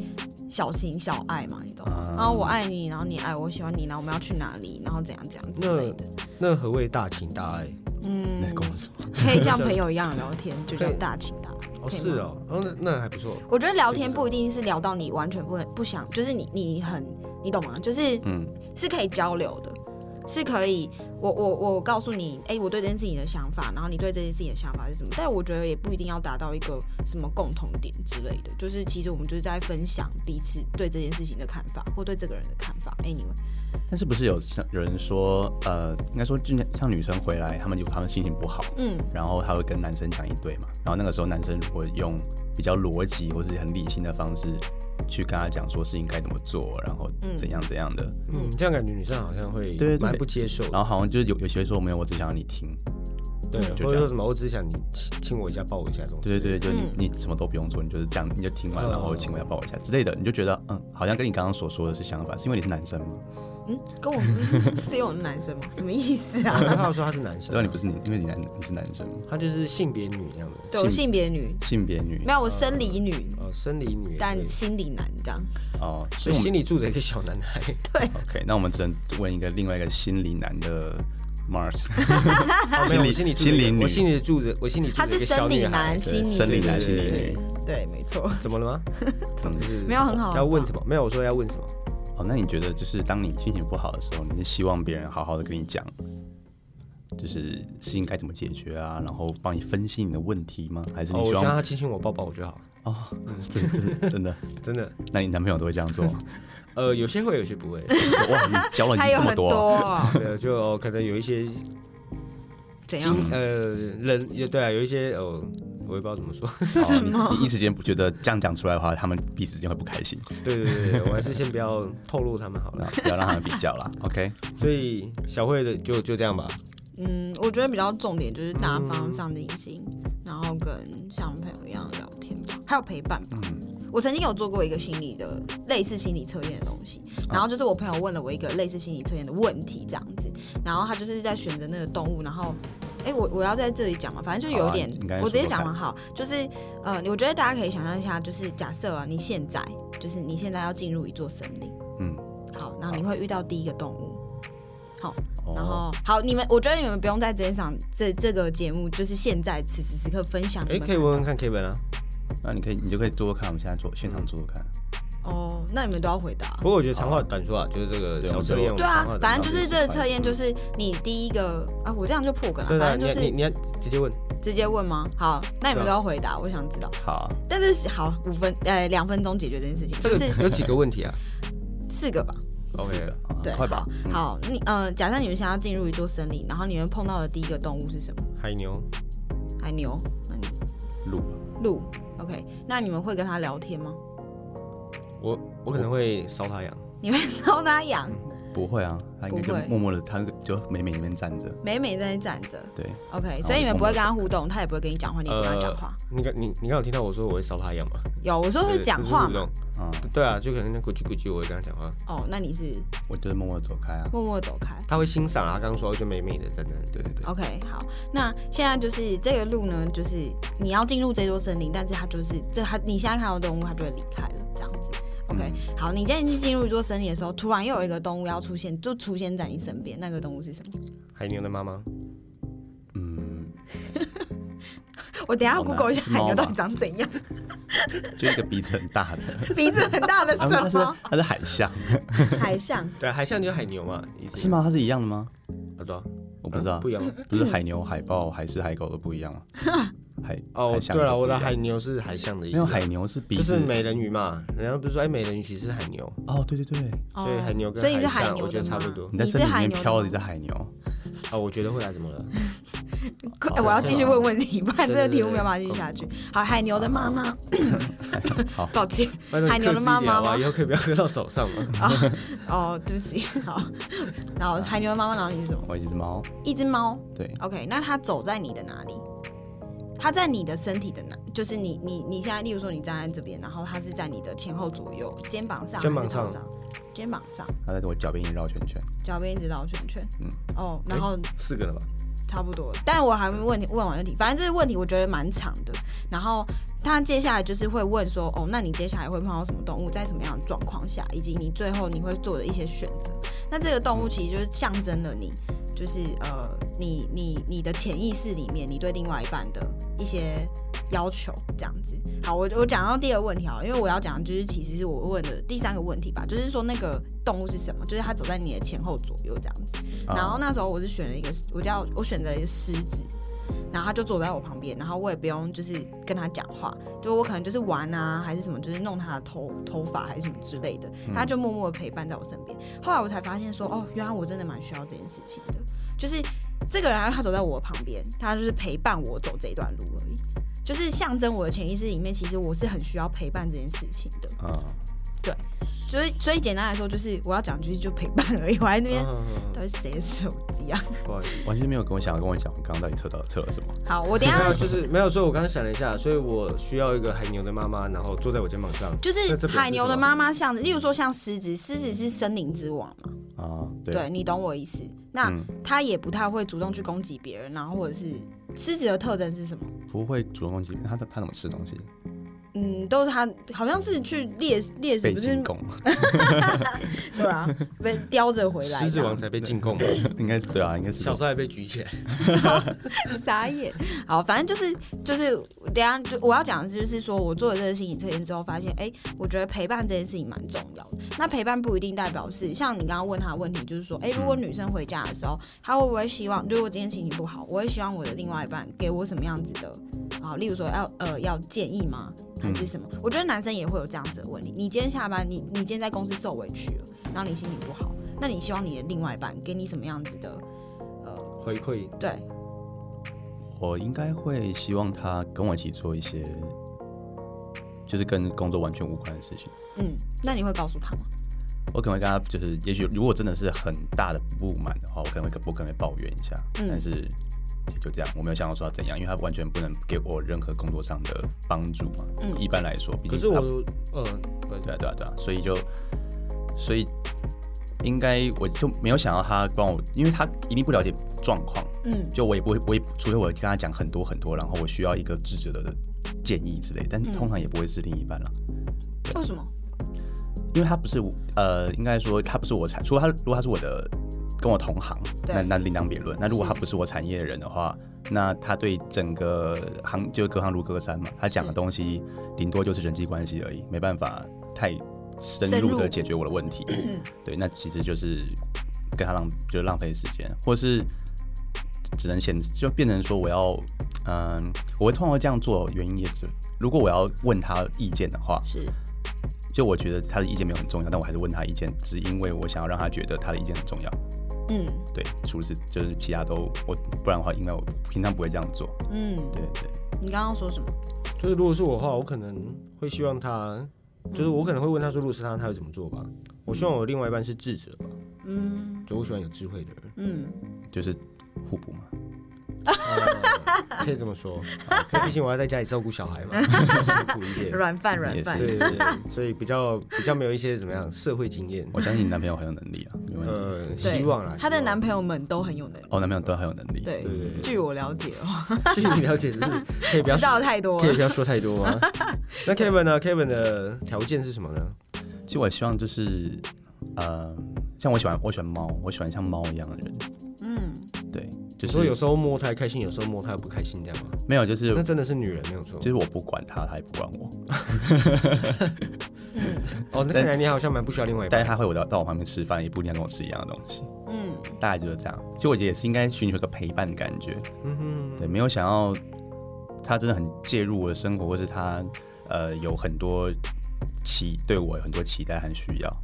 Speaker 3: 小情小爱嘛，你懂吗？
Speaker 2: 啊
Speaker 3: 然后我爱你，然后你爱我，我喜欢你，然后我们要去哪里，然后怎样怎样之类的。
Speaker 1: 那何谓大情大爱？
Speaker 3: 嗯，
Speaker 2: 那跟我说，
Speaker 3: 可以像朋友一样聊天，就叫
Speaker 1: 可以
Speaker 3: 大情大爱。
Speaker 1: 哦，
Speaker 3: 可以
Speaker 1: 是
Speaker 3: 吗
Speaker 1: 哦，哦那那还不错。
Speaker 3: 我觉得聊天不一定是聊到你完全不不想，就是你你很你懂吗？就是
Speaker 2: 嗯，
Speaker 3: 是可以交流的，是可以我我我告诉你，哎、我对这件事情的想法，然后你对这件事情的想法是什么？但我觉得也不一定要达到一个什么共同点之类的，就是其实我们就是在分享彼此对这件事情的看法，或对这个人的看法。Anyway，
Speaker 2: 但是不是有像有人说，呃，应该说就像女生回来，她们就她们心情不好，
Speaker 3: 嗯，
Speaker 2: 然后她会跟男生讲一堆嘛，然后那个时候男生如果用比较逻辑或是很理性的方式去跟她讲说事情该怎么做，然后
Speaker 3: 嗯
Speaker 2: 怎样怎样的，
Speaker 1: 嗯，这样感觉女生好像会
Speaker 2: 对对
Speaker 1: 蛮不接受的，
Speaker 2: 然后好像就是有有些说没有，我只想要你听，
Speaker 1: 对，
Speaker 2: 就这
Speaker 1: 或者
Speaker 2: 样
Speaker 1: 说什么我只想你亲亲我一下，抱我一下这种。
Speaker 2: 对对对，就
Speaker 3: 嗯
Speaker 2: 你你什么都不用做，你就是这样，你就听完，
Speaker 1: 嗯
Speaker 2: 然后请我要抱我一下之类的，你就觉得嗯，好像跟你刚刚所说的是相反，是因为你是男生吗？
Speaker 3: 嗯，跟我是因为我是男生吗？什么意思 啊？
Speaker 1: 哦。然后他说他是男生
Speaker 2: 对
Speaker 1: 啊，
Speaker 2: 啊，你不是你，因为你男你是男生，
Speaker 1: 他就是性别女这样的，
Speaker 3: 对我性别女，
Speaker 2: 性别女
Speaker 3: 没有我生理女，
Speaker 1: 哦，生理女也可以，
Speaker 3: 但心理男这样。
Speaker 2: 哦，所
Speaker 1: 所
Speaker 2: 以
Speaker 1: 以
Speaker 2: 我们
Speaker 1: 心里住着一个小男孩。
Speaker 2: OK，那我们只能问一个另外一个心理男的 Mars，
Speaker 1: 哦没有我心里住着
Speaker 2: 心
Speaker 1: 一
Speaker 2: 理
Speaker 1: 个
Speaker 2: 女
Speaker 1: 我心里住着，我心里住
Speaker 3: 他
Speaker 1: 着一
Speaker 3: 是
Speaker 1: 个小
Speaker 3: 生
Speaker 1: 女
Speaker 3: 理
Speaker 1: 孩
Speaker 3: 男，。心理
Speaker 2: 生理
Speaker 1: 男心理
Speaker 3: 对
Speaker 1: 女
Speaker 3: 对对，没错，
Speaker 1: 怎么了吗？
Speaker 2: 嗯
Speaker 1: 就是
Speaker 3: 没有很好。
Speaker 1: 要问什么？没有，我说要问什么？
Speaker 2: 好，哦那你觉得就是当你心情不好的时候，你是希望别人好好的跟你讲，就是事情该怎么解决啊，然后帮你分析你的问题吗？还是
Speaker 1: 哦，我
Speaker 2: 你希
Speaker 1: 希望
Speaker 2: 望
Speaker 1: 他亲亲我抱抱我就好，
Speaker 2: 哦，真真 真的？
Speaker 1: 真的。
Speaker 2: 那你男朋友都会这样做吗？
Speaker 1: 呃，有些会，有些不会。
Speaker 2: 哇，你教了你
Speaker 3: 还有
Speaker 2: 这么
Speaker 3: 很
Speaker 2: 多
Speaker 3: 多
Speaker 2: 啊，
Speaker 3: 哦，
Speaker 1: 对，就、哦可能有一些
Speaker 3: 怎样？
Speaker 1: 经呃人也对啊，有一些哦，我也不知道怎么说。
Speaker 2: 好你你一时间不觉得这样讲出来的话，他们彼此之间会不开心，
Speaker 1: 对对对对，我还是先不要透露他们好
Speaker 2: 那
Speaker 1: 了。
Speaker 2: 不要让他们比较啦。OK，
Speaker 1: 所以小慧的就就这样吧。
Speaker 3: 嗯，我觉得比较重点就是大方上进心，然后跟像朋友一样聊天吧，还有陪伴吧。
Speaker 2: 嗯
Speaker 3: 我曾经有做过一个心理的类似心理测验的东西，
Speaker 2: 啊
Speaker 3: 然后就是我朋友问了我一个类似心理测验的问题这样子，然后他就是在选择那个动物，然后。哎、我我要在这里讲嘛，反正就有点，
Speaker 2: 好啊你刚才
Speaker 3: 我直接讲
Speaker 2: 说说看
Speaker 3: 完好，就是呃，我觉得大家可以想象一下，就是假设啊，你现在就是你现在要进入一座森林，
Speaker 2: 嗯，
Speaker 3: 好，然后你会遇到第一个动物，然
Speaker 2: 哦，
Speaker 3: 后好，你们我觉得你们不用在这一场这这个节目，就是现在此时此刻分享
Speaker 1: 哎、
Speaker 3: 你们
Speaker 1: 可以
Speaker 3: 看到
Speaker 1: 问问看 Kevin 啊。
Speaker 2: 那你可以，你就可以做做看，我们现在做现场做做看。
Speaker 3: 哦，那你们都要回答。
Speaker 1: 不过我觉得长话短说啊，就是这个
Speaker 2: 对
Speaker 1: 小
Speaker 2: 我们
Speaker 1: 测
Speaker 2: 就
Speaker 1: 验。我们
Speaker 3: 对啊
Speaker 1: 长话，短
Speaker 3: 反正
Speaker 1: 说
Speaker 3: 就是这个测验，就是你第一个啊，我这样就破梗了，
Speaker 1: 对啊，
Speaker 3: 反
Speaker 1: 你
Speaker 3: 正就
Speaker 1: 你
Speaker 3: 是
Speaker 1: 你要直接问。
Speaker 3: 直接问吗？好，那你们
Speaker 1: 对啊
Speaker 3: 都要回答，我想知道。
Speaker 2: 好啊，
Speaker 3: 但是好，五分呃两分钟解决这件事情，
Speaker 1: 这个
Speaker 3: 就是
Speaker 1: 有几个问 题啊
Speaker 3: 四个吧。
Speaker 1: ？OK，
Speaker 2: 啊
Speaker 3: 对，
Speaker 2: 快吧，
Speaker 3: 好
Speaker 2: 嗯
Speaker 3: 好，你呃，假设你们现在要进入一座森林，然后你们碰到的第一个动物是什么？
Speaker 1: 海牛。
Speaker 3: 海牛？那你
Speaker 2: 嗯录吧。
Speaker 3: 鹿？OK？那你们会跟它聊天吗？
Speaker 1: 我我可能会烧太阳，
Speaker 3: 你会收它养？
Speaker 2: 不会啊，他应该就
Speaker 3: 不会
Speaker 2: 默默的，他就美美那边站着。
Speaker 3: 美美在那里站着。
Speaker 2: 对，
Speaker 3: OK，
Speaker 2: 后
Speaker 3: 所以你们
Speaker 2: 我
Speaker 3: 不会跟他互动，他也不会跟你讲话，你也不
Speaker 1: 呃
Speaker 3: 跟他讲话。
Speaker 1: 你刚你你刚有听到我说我会烧太阳吗？
Speaker 3: 有，我说会
Speaker 1: 对
Speaker 3: 讲话
Speaker 2: 嗯，
Speaker 3: 嘛。？
Speaker 1: 这是互动对啊，就可能那咕叽咕叽，我会跟他讲话，
Speaker 3: 哦，那你是
Speaker 2: 我就是默默地走开啊。
Speaker 3: 默默地走开。
Speaker 1: 他会欣赏啊。他刚刚说就美美的站在那，
Speaker 2: 对对对，
Speaker 3: OK，好，那现在就是这个路呢，就是你要进入这座森林，但是它就是这它你现在看到的动物，它就会离开了，这样子。OK，、好，
Speaker 1: 嗯
Speaker 3: 你今天去进入一座森林的时候，突然又有一个动物要出现，就出现在你身边，那个动物是什么？
Speaker 1: 海牛的妈妈，
Speaker 2: 嗯，
Speaker 3: 我等一下
Speaker 2: 好难
Speaker 3: Google 一下
Speaker 2: 是
Speaker 3: 海
Speaker 2: 猫
Speaker 3: 牛到
Speaker 2: 吧
Speaker 3: 底长怎样，
Speaker 2: 就一个鼻子很大的，
Speaker 3: 鼻子很大的
Speaker 2: 啊它
Speaker 3: 什
Speaker 2: 是
Speaker 3: 么？
Speaker 2: 它是海象，
Speaker 3: 海象。
Speaker 1: 对啊，海 象就是海牛嘛，意思
Speaker 2: 是？吗？它是一样的吗？
Speaker 1: 啊，对啊，
Speaker 2: 我不知道
Speaker 1: 嗯不，一样吗。
Speaker 2: 不是海牛、海豹、海狮、海狗都不一样 啊。海
Speaker 1: 哦
Speaker 2: 海，象
Speaker 1: 对
Speaker 2: 都
Speaker 1: 了，
Speaker 2: 不
Speaker 1: 我的
Speaker 2: 一样
Speaker 1: 海牛是海象的意思
Speaker 2: 没有
Speaker 1: 啊，
Speaker 2: 海牛是鼻
Speaker 1: 就
Speaker 2: 子，
Speaker 1: 是美人鱼嘛。人家不是说哎，美人鱼其实是海牛，
Speaker 2: 哦，对对对，
Speaker 1: 所以海牛跟
Speaker 3: 所以你是海
Speaker 1: 象
Speaker 3: 牛
Speaker 1: 我觉
Speaker 3: 的
Speaker 1: 得差
Speaker 3: 吗
Speaker 1: 不多
Speaker 2: 你在
Speaker 3: 你
Speaker 2: 森
Speaker 3: 是
Speaker 2: 林里
Speaker 3: 海
Speaker 2: 面
Speaker 3: 牛的
Speaker 2: 飘
Speaker 3: 吗
Speaker 2: 的是海牛，
Speaker 1: 啊。我觉得会来怎么了？
Speaker 3: 可
Speaker 2: 好
Speaker 3: 哎我要继续问问题，不然这
Speaker 1: 对
Speaker 3: 个
Speaker 1: 对
Speaker 3: 题目
Speaker 1: 对
Speaker 3: 没有办法继续下去。好，海牛的 妈妈，
Speaker 2: 好
Speaker 3: 抱歉，
Speaker 1: 拜托你
Speaker 3: 海牛
Speaker 1: 克
Speaker 3: 的
Speaker 1: 制一
Speaker 3: 妈
Speaker 1: 点好不好
Speaker 3: 妈吗
Speaker 1: 以后可以不要喝到早上嘛。
Speaker 3: 哦，对不起，好。然后海牛的妈妈，然后你是什么？
Speaker 2: 我一只猫，
Speaker 3: 一只猫。
Speaker 2: 对，
Speaker 3: OK，那它走在你的哪里？它在你的身体的哪？就是你你你现在，例如说你站在这边，然后它是在你的前后左右，肩膀上，
Speaker 1: 肩膀
Speaker 3: 还是头
Speaker 1: 上
Speaker 3: 上，肩膀上，
Speaker 2: 它在我脚边一直绕圈圈。
Speaker 3: 脚边一直绕圈圈。
Speaker 2: 嗯
Speaker 3: 嗯。哦，然后
Speaker 1: 四 个了吧？
Speaker 3: 差不多，但我还没问你问完问题，反正这个问题我觉得蛮长的。然后他接下来就是会问说，哦，那你接下来会碰到什么动物，在什么样的状况下，以及你最后你会做的一些选择。那这个动物其实就是象征了你，就是呃，你你你的潜意识里面，你对另外一半的一些要求这样子。好，我我讲到第二个问题好了，因为我要讲的就是其实是我问的第三个问题吧，就是说那个动物是什么，就是它走在你的前后左右这样子。
Speaker 2: 啊
Speaker 3: 然后那时候我是选了一个，我叫我选择一个狮子，然后他就坐在我旁边，然后我也不用就是跟他讲话，就我可能就是玩啊，还是什么，就是弄他的头头发还是什么之类的，他就默默的陪伴在我身边。后来我才发现说，哦，原来我真的蛮需要这件事情的，就是这个人啊他走在我旁边，他就是陪伴我走这一段路而已。就是象征我的潜意识里面，其实我是很需要陪伴这件事情的，
Speaker 2: 嗯，
Speaker 3: 所以所以简单来说，就是我要讲就是就陪伴而已。我还在那边
Speaker 1: 啊
Speaker 3: 到底谁的手机啊？
Speaker 1: 不好意思。
Speaker 2: 完全没有跟我想要跟我讲，刚刚到底测到测了什么？
Speaker 3: 好，我等一
Speaker 1: 没
Speaker 3: 下
Speaker 1: 有，就是没有。所以我刚刚想了一下，所以我需要一个海牛的妈妈，然后坐在我肩膀上。
Speaker 3: 就是
Speaker 1: 那这本
Speaker 3: 海牛的
Speaker 1: 是什么
Speaker 3: 妈妈像，例如说像狮子，狮子是森林之王
Speaker 1: 嗯
Speaker 3: 嘛，
Speaker 2: 啊，
Speaker 3: 对
Speaker 2: 对，
Speaker 3: 你懂我意思。那
Speaker 2: 嗯
Speaker 3: 它也不太会主动去攻击别人，然后或者是狮子的特征是什么？
Speaker 2: 不会主动攻击，它它它怎么吃东西？
Speaker 3: 嗯，都是他好像是去猎猎食，
Speaker 2: 被
Speaker 3: 不
Speaker 2: 进
Speaker 3: 是
Speaker 2: 攻，
Speaker 3: 对啊，被叼着回来
Speaker 1: 狮子
Speaker 3: 这
Speaker 1: 王
Speaker 3: 样，
Speaker 1: 才被进贡嘛，
Speaker 2: 应该是对啊，应该是
Speaker 1: 小时候还被举起来。
Speaker 3: 傻眼。 好，反正就是就是，等一下就我要讲的就是说我做了这个心理测验之后，发现哎、我觉得陪伴这件事情蛮重要的。那陪伴不一定代表是像你刚刚问他的问题，就是说，哎、如果女生回家的时候，她会不会希望，如果今天心情不好，我会希望我的另外一半给我什么样子的啊，例如说要呃要建议吗，还是什么？我觉得男生也会有这样子的问题。你今天下班，你你今天在公司受委屈了，然后你心情不好，那你希望你的另外一半给你什么样子的？呃，
Speaker 1: 回馈
Speaker 3: 对，
Speaker 2: 我应该会希望他跟我一起做一些，就是跟工作完全无关的事情。
Speaker 3: 嗯，那你会告诉他吗？
Speaker 2: 我可能会跟他就是，也许如果真的是很大的不满的话，我可能会我可能会抱怨一下，
Speaker 3: 嗯
Speaker 2: 但是也就这样，我没有想要说要怎样，因为他完全不能给我任何工作上的帮助嘛。
Speaker 3: 嗯
Speaker 2: 一般来说，毕
Speaker 1: 可
Speaker 2: 竟
Speaker 1: 是我
Speaker 2: 他，
Speaker 1: 嗯，对
Speaker 2: 对啊对啊对啊，所以就所以应该我就没有想要他帮我，因为他一定不了解状况，
Speaker 3: 嗯
Speaker 2: 就我也不会，我也除非我跟他讲很多很多，然后我需要一个智者的建议之类，但通常也不会是另一半了。
Speaker 3: 为什么？
Speaker 2: 因为他不是我呃，应该说他不是我产，除了他如果他是我的跟我同行，
Speaker 3: 对
Speaker 2: 那那另当别论。那如果
Speaker 3: 是
Speaker 2: 他不是我产业的人的话，那他对整个行就隔行如隔山嘛，他讲的
Speaker 3: 是
Speaker 2: 东西顶多就是人际关系而已，没办法太深
Speaker 3: 深
Speaker 2: 入的
Speaker 3: 入
Speaker 2: 解决我的问题。对，那其实就是跟他浪就浪费时间，或是只能显就变成说我要嗯，我会通常会这样做，原因也是如果我要问他意见的话，
Speaker 3: 是
Speaker 2: 就我觉得他的意见没有很重要，但我还是问他意见，只因为我想要让他觉得他的意见很重要。
Speaker 3: 嗯
Speaker 2: 对，除此就是其他都我不然的话，因为我平常不会这样做。
Speaker 3: 嗯，
Speaker 2: 对对，
Speaker 3: 你刚刚说什么？
Speaker 1: 就是如果是我的话，我可能会希望他，就是我可能会问他说，如果是他，他会怎么做吧？我希望我的另外一半是智者吧，
Speaker 3: 嗯
Speaker 1: 就我喜欢有智慧的 人，
Speaker 3: 嗯，
Speaker 2: 就是互补嘛。
Speaker 1: 可以这么说。可毕竟我要在家里照顾小孩嘛， 辛苦一点。
Speaker 3: 软饭
Speaker 2: 也
Speaker 3: 软
Speaker 2: 是
Speaker 3: 饭，
Speaker 1: 对对对，所以比较比较没有一些怎么样社会经验，
Speaker 2: 我相信你男朋友很有能 力啊，没问题。
Speaker 1: 呃，
Speaker 3: 对
Speaker 1: 希望啦。
Speaker 3: 她的
Speaker 1: 希望
Speaker 3: 男朋友们都很有能力。
Speaker 2: 哦，男朋友都很有能力。
Speaker 3: 对
Speaker 1: 对对对，
Speaker 3: 据我了解哦，
Speaker 1: 谢谢你了解，就是可以 不要
Speaker 3: 知道太多
Speaker 1: 可以
Speaker 3: 了。
Speaker 1: 不要说太多吗？那 Kevin 呢？Kevin 的条件是什么呢？
Speaker 2: 其实我希望就是，呃，像我喜欢我喜欢猫，我喜欢像猫一样的人。
Speaker 3: 嗯，
Speaker 2: 对，
Speaker 1: 你
Speaker 2: 就
Speaker 1: 说有
Speaker 2: 是
Speaker 1: 时候摸它开心，有时候摸它不开心，这样吗？
Speaker 2: 没有就是
Speaker 1: 那真的是女人没有错
Speaker 2: 就。是我不管他，他也不管我，
Speaker 1: 哦，那看来你好像蛮不需要另外一
Speaker 2: 但
Speaker 1: 半
Speaker 2: 是。他会我到到我旁边吃饭，也不一定要跟我吃一样的东西。
Speaker 3: 嗯
Speaker 2: 大概就是这样。其实我觉得也是应该寻求一个陪伴的感觉。
Speaker 1: 嗯哼，
Speaker 2: 对，没有想要他真的很介入我的生活，或是他呃有很多期对我有很多期待和需要，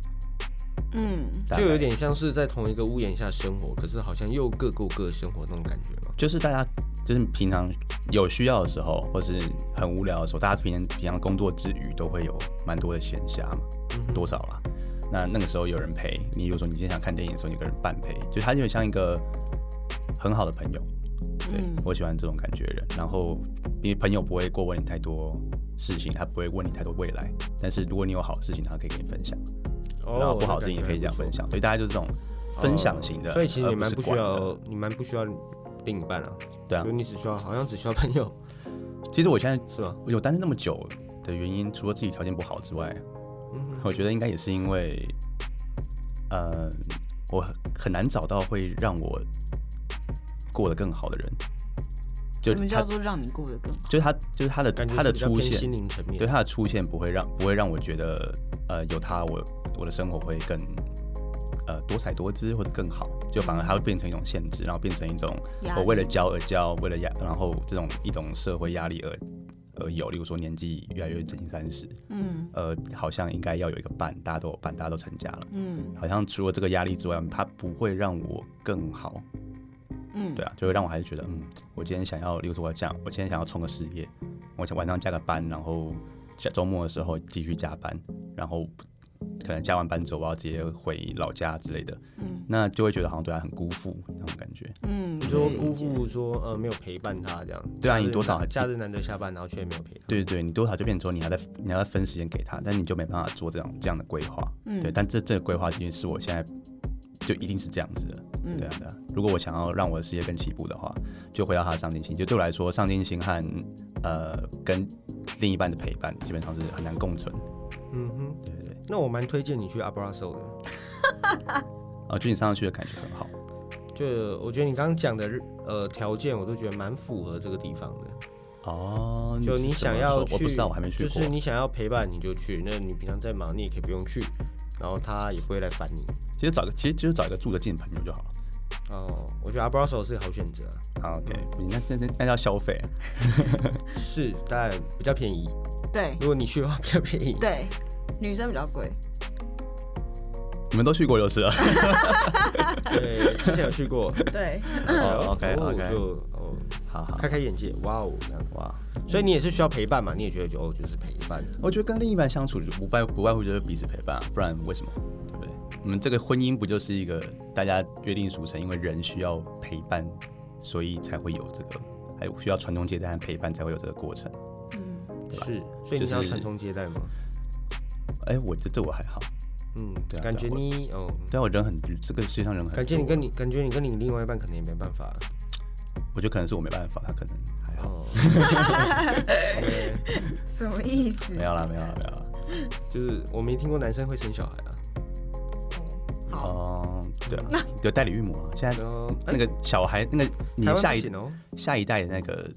Speaker 3: 嗯
Speaker 2: 大概
Speaker 1: 就有点像是在同一个屋檐下生活，可是好像又各过各的生活那种感觉嘛。
Speaker 2: 就是大家就是平常有需要的时候，或是很无聊的时候，大家平常平常工作之余都会有蛮多的闲暇嘛，
Speaker 1: 嗯
Speaker 2: 多少啦。那那个时候有人陪你，比如说你今天想看电影的时候，有个人伴陪，就他有点像一个很好的朋友。对
Speaker 3: 嗯，
Speaker 2: 我喜欢这种感觉的人。然后，因为朋友不会过问你太多事情，他不会问你太多未来。但是如果你有好的事情，他可以跟你分享；
Speaker 1: 哦
Speaker 2: 然后不好的事情也可以这样分享。所以大家就是这种分享型的，
Speaker 1: 哦所以其实
Speaker 2: 而
Speaker 1: 你
Speaker 2: 不
Speaker 1: 蛮
Speaker 2: 是
Speaker 1: 不需
Speaker 2: 管
Speaker 1: 要
Speaker 2: 的。，
Speaker 1: 你蛮不需要另一半啊。
Speaker 2: 对啊
Speaker 1: 就，你只需要，好像只需要朋友，
Speaker 2: 其实我现在
Speaker 1: 是吧？
Speaker 2: 我有单身那么久的原因，除了自己条件不好之外，
Speaker 1: 嗯
Speaker 2: 我觉得应该也是因为，呃，我很很难找到会让我过得更好的人。就
Speaker 3: 什么
Speaker 2: 他
Speaker 3: 叫，做让你过得更好？
Speaker 2: 就是他，就是他的
Speaker 1: 感觉
Speaker 2: 他的
Speaker 1: 是比较
Speaker 2: 出
Speaker 1: 偏
Speaker 2: 现，
Speaker 1: 心灵层面。
Speaker 2: 对他的出现不会让不会让我觉得呃有他我我的生活会更呃多彩多姿或者更好，就反而它会变成一种限制，然后变成一种
Speaker 3: 压力
Speaker 2: 我为了教而教，为了压然后这种一种社会压力而而有，例如说年纪越来越接近三十，
Speaker 3: 嗯
Speaker 2: 呃好像应该要有一个伴，大家都有伴，大家都成家了。
Speaker 3: 嗯
Speaker 2: 好像除了这个压力之外，它不会让我更好，
Speaker 3: 嗯，
Speaker 2: 对啊，就会让我还是觉得，嗯，我今天想要，例如说我要这样，我今天想要冲个事业，我想晚上加个班，然后下周末的时候继续加班，然后可能加完班之后我要直接回老家之类的，
Speaker 3: 嗯
Speaker 2: 那就会觉得好像对他很辜负那种感觉。
Speaker 3: 嗯，
Speaker 1: 你说
Speaker 3: 可以
Speaker 1: 姑
Speaker 3: 理解
Speaker 1: 父说呃没有陪伴他这样，
Speaker 2: 对啊
Speaker 1: 假日
Speaker 2: 你多少还
Speaker 1: 假日难得下班，然后却没有陪他。
Speaker 2: 对对对，你多少就变成说你还在你还在分时间给他，但你就没办法做这样这样的规划。
Speaker 3: 嗯
Speaker 2: 对，但这这个规划其实是我现在就一定是这样子的，
Speaker 3: 嗯
Speaker 2: 对啊，对啊。如果我想要让我的事业更起步的话，就回到他的上进心。就对我来说，上进心和呃跟另一半的陪伴基本上是很难共存。
Speaker 1: 嗯哼，
Speaker 2: 对对对。
Speaker 1: 那我蛮推荐你去阿布拉索的，
Speaker 2: 啊，就你上去的感觉很好。
Speaker 1: 就我觉得你刚刚讲的呃条件，我都觉得蛮符合这个地方的。
Speaker 2: 哦，
Speaker 1: 就你想要
Speaker 2: 怎么说
Speaker 1: 去，
Speaker 2: 我不知道，我还没去过。
Speaker 1: 就是你想要陪伴你就去，那你平常在忙你也可以不用去，然后他也不会来烦你。
Speaker 2: 其实找个，其实就是找一个住得近的朋友就好了。
Speaker 1: 哦，我觉得阿布拉索是个好选择啊、
Speaker 2: 好，OK，你那那那那叫消费。
Speaker 1: 是，但比较便宜。
Speaker 3: 对
Speaker 1: 如果你去的话比较便宜。
Speaker 3: 对，女生比较 贵，
Speaker 2: 你们都去过六次了。
Speaker 1: 对，之前有去 过。
Speaker 3: 对，
Speaker 2: 哦
Speaker 1: 哦
Speaker 2: ，OK，OK，
Speaker 1: 就哦
Speaker 2: 好好，
Speaker 1: 开开眼界，哇哦这样。
Speaker 2: 哇。
Speaker 1: 所以你也是需要陪伴嘛？你也觉得就哦就是陪伴。
Speaker 2: 我觉得跟另一半相处就不外不外乎就是彼此陪伴啊，不然为什么？对不对？我们这个婚姻不就是一个大家约定俗成，因为人需要陪伴，所以才会有这个，还有需要传宗接代和陪伴才会有这个过程。
Speaker 3: 嗯，
Speaker 2: 对吧
Speaker 1: 是，所以
Speaker 2: 就
Speaker 1: 你
Speaker 2: 是
Speaker 1: 想要传宗接代吗？
Speaker 2: 哎，我这这我还好，
Speaker 1: 嗯，
Speaker 2: 对啊
Speaker 1: 感觉
Speaker 2: 对啊
Speaker 1: 你哦，
Speaker 2: 对啊，我人很这个世界上人很多，
Speaker 1: 感觉你跟你感觉你跟你另外一半可能也没办法。啊
Speaker 2: 我觉得可能是我没办法，他可能还 好，
Speaker 1: 哦，
Speaker 3: 什么意思
Speaker 1: 啊
Speaker 2: 没？有啦，没有啦，没有啦。
Speaker 1: 就是我没听过男生会生小孩啊。
Speaker 3: 好，
Speaker 2: 哦，对啊，有代理孕母啊，现在
Speaker 1: 然后
Speaker 2: 那个小孩，那个你
Speaker 1: 台
Speaker 2: 的
Speaker 1: 湾
Speaker 2: 下
Speaker 1: 不
Speaker 2: 一
Speaker 1: 行哦。
Speaker 2: 下一代的那个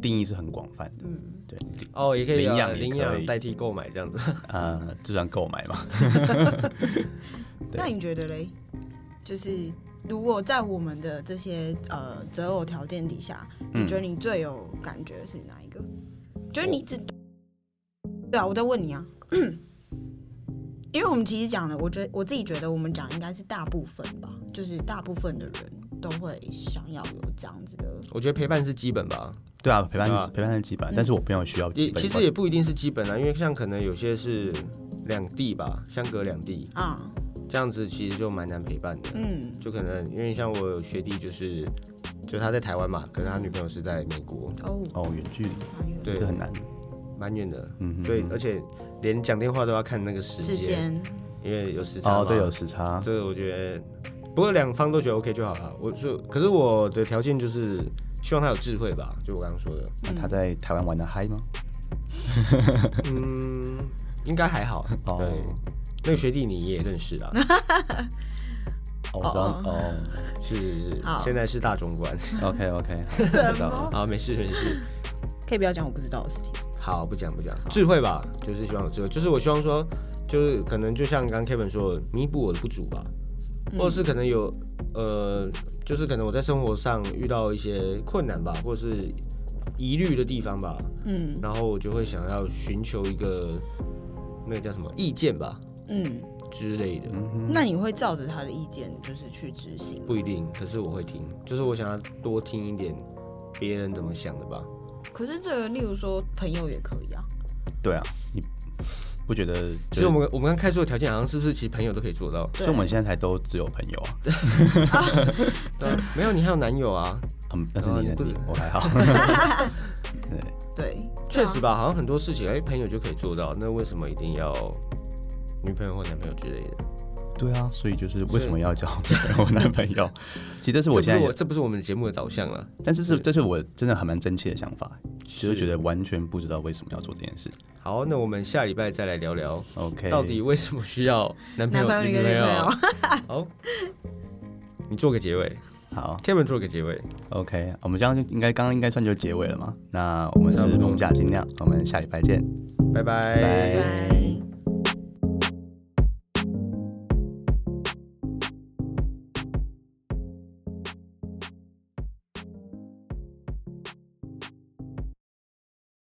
Speaker 2: 定义是很广泛的，
Speaker 3: 嗯，
Speaker 2: 对，
Speaker 1: 哦，也可以啊
Speaker 2: 领养也
Speaker 1: 领
Speaker 2: 可
Speaker 1: 养
Speaker 2: 以
Speaker 1: 代替购买这样子。
Speaker 2: 呃，这算购买嘛？对
Speaker 3: 那你觉得嘞？就是如果在我们的这些呃择偶条件底下，
Speaker 2: 嗯
Speaker 3: 你觉得你最有感觉的是哪一个？就是你自对啊，我在问你啊， 因为我们其实讲了，我觉得我自己觉得我们讲应该是大部分吧，就是大部分的人都会想要有这样子的，
Speaker 1: 我觉得陪伴是基本吧，
Speaker 2: 对啊，陪伴
Speaker 1: 对啊
Speaker 2: 是陪伴是基本，但是我朋友需要基
Speaker 1: 也
Speaker 2: 本。
Speaker 1: 其实也不一定是基本啊，因为像可能有些是两地吧，相隔两地，
Speaker 3: 啊，
Speaker 1: 这样子其实就蛮难陪伴的。
Speaker 3: 嗯，
Speaker 1: 就可能因为像我有学弟，就是就他在台湾嘛，可是他女朋友是在美国，
Speaker 3: 哦，
Speaker 2: 哦，远距离
Speaker 3: 还有
Speaker 1: 对
Speaker 2: 这很难。
Speaker 1: 蛮远的，
Speaker 2: 嗯哼，
Speaker 1: 所以而且连讲电话都要看那个时
Speaker 3: 时
Speaker 1: 间，
Speaker 3: 间，
Speaker 1: 因为有时差嘛。
Speaker 2: 哦，对，有时差。
Speaker 1: 这个我觉得，不过两方都觉得 OK 就好了。我就可是我的条件就是希望他有智慧吧，就我刚刚说的，
Speaker 2: 那他在台湾玩的嗨吗？
Speaker 1: 嗯，应该还好。
Speaker 2: 哦
Speaker 1: 对，那个学弟你也认识啦，
Speaker 2: 哦，我知道。哦
Speaker 1: 是是是
Speaker 3: 好
Speaker 1: 现在是大总管。
Speaker 2: ，OK OK，
Speaker 3: 什
Speaker 2: 知道了。
Speaker 1: 好，没事没事。
Speaker 3: 可以不要讲我不知道的事情，
Speaker 1: 好，不讲不讲，智慧吧，就是希望有智慧，就是我希望说，就是可能就像刚刚 Kevin 说，的，弥补我的不足吧，或者是可能有呃，就是可能我在生活上遇到一些困难吧，或者是疑虑的地方吧，
Speaker 3: 嗯
Speaker 1: 然后我就会想要寻求一个那个叫什么意见吧
Speaker 3: 嗯，
Speaker 1: 之类的，
Speaker 2: 嗯
Speaker 3: 那你会照着他的意见就是去执行吗？
Speaker 1: 不一定，可是我会听，就是我想要多听一点别人怎么想的吧。
Speaker 3: 可是这个，例如说朋友也可以啊。
Speaker 2: 对啊，你不觉得？
Speaker 1: 其实我们我们刚开出的条件好像是不是其实朋友都可以做 到？
Speaker 2: 所以我们现在才都只有朋友啊。
Speaker 1: 对啊，没有你还有男友啊，
Speaker 2: 嗯，但是你
Speaker 1: 哦
Speaker 2: 呢？
Speaker 1: 不
Speaker 2: 你我还好。 对，
Speaker 3: 对，啊
Speaker 1: 确实吧，好像很多事情，哎、朋友就可以做到，那为什么一定要女朋友或男朋友之类的？
Speaker 2: 对啊，所以就是为什么要交女朋友、男朋 友？其实这是我现
Speaker 1: 这不
Speaker 2: 在
Speaker 1: 是我这不是我们节目的导向啊了，
Speaker 2: 但是是
Speaker 1: 对
Speaker 2: 这是我真的还蛮真切的想法，就是觉
Speaker 1: 得
Speaker 2: 得完全不知道为什么要做这件事。
Speaker 1: 好，那我们下礼拜再来聊聊，
Speaker 2: OK，
Speaker 1: 到底为什么需要男朋
Speaker 3: 男
Speaker 1: 友、
Speaker 3: 朋友
Speaker 1: 女
Speaker 3: 跟
Speaker 1: 朋
Speaker 3: 女朋友
Speaker 2: 哦
Speaker 1: 友？，好，你做个结尾
Speaker 2: 好
Speaker 1: ，Kevin 做个结尾，
Speaker 2: OK，我们这样就应该刚刚应该算就结尾了嘛？那我们是梦假尽量，我们下礼拜见，
Speaker 1: 拜拜
Speaker 2: 拜
Speaker 3: 拜。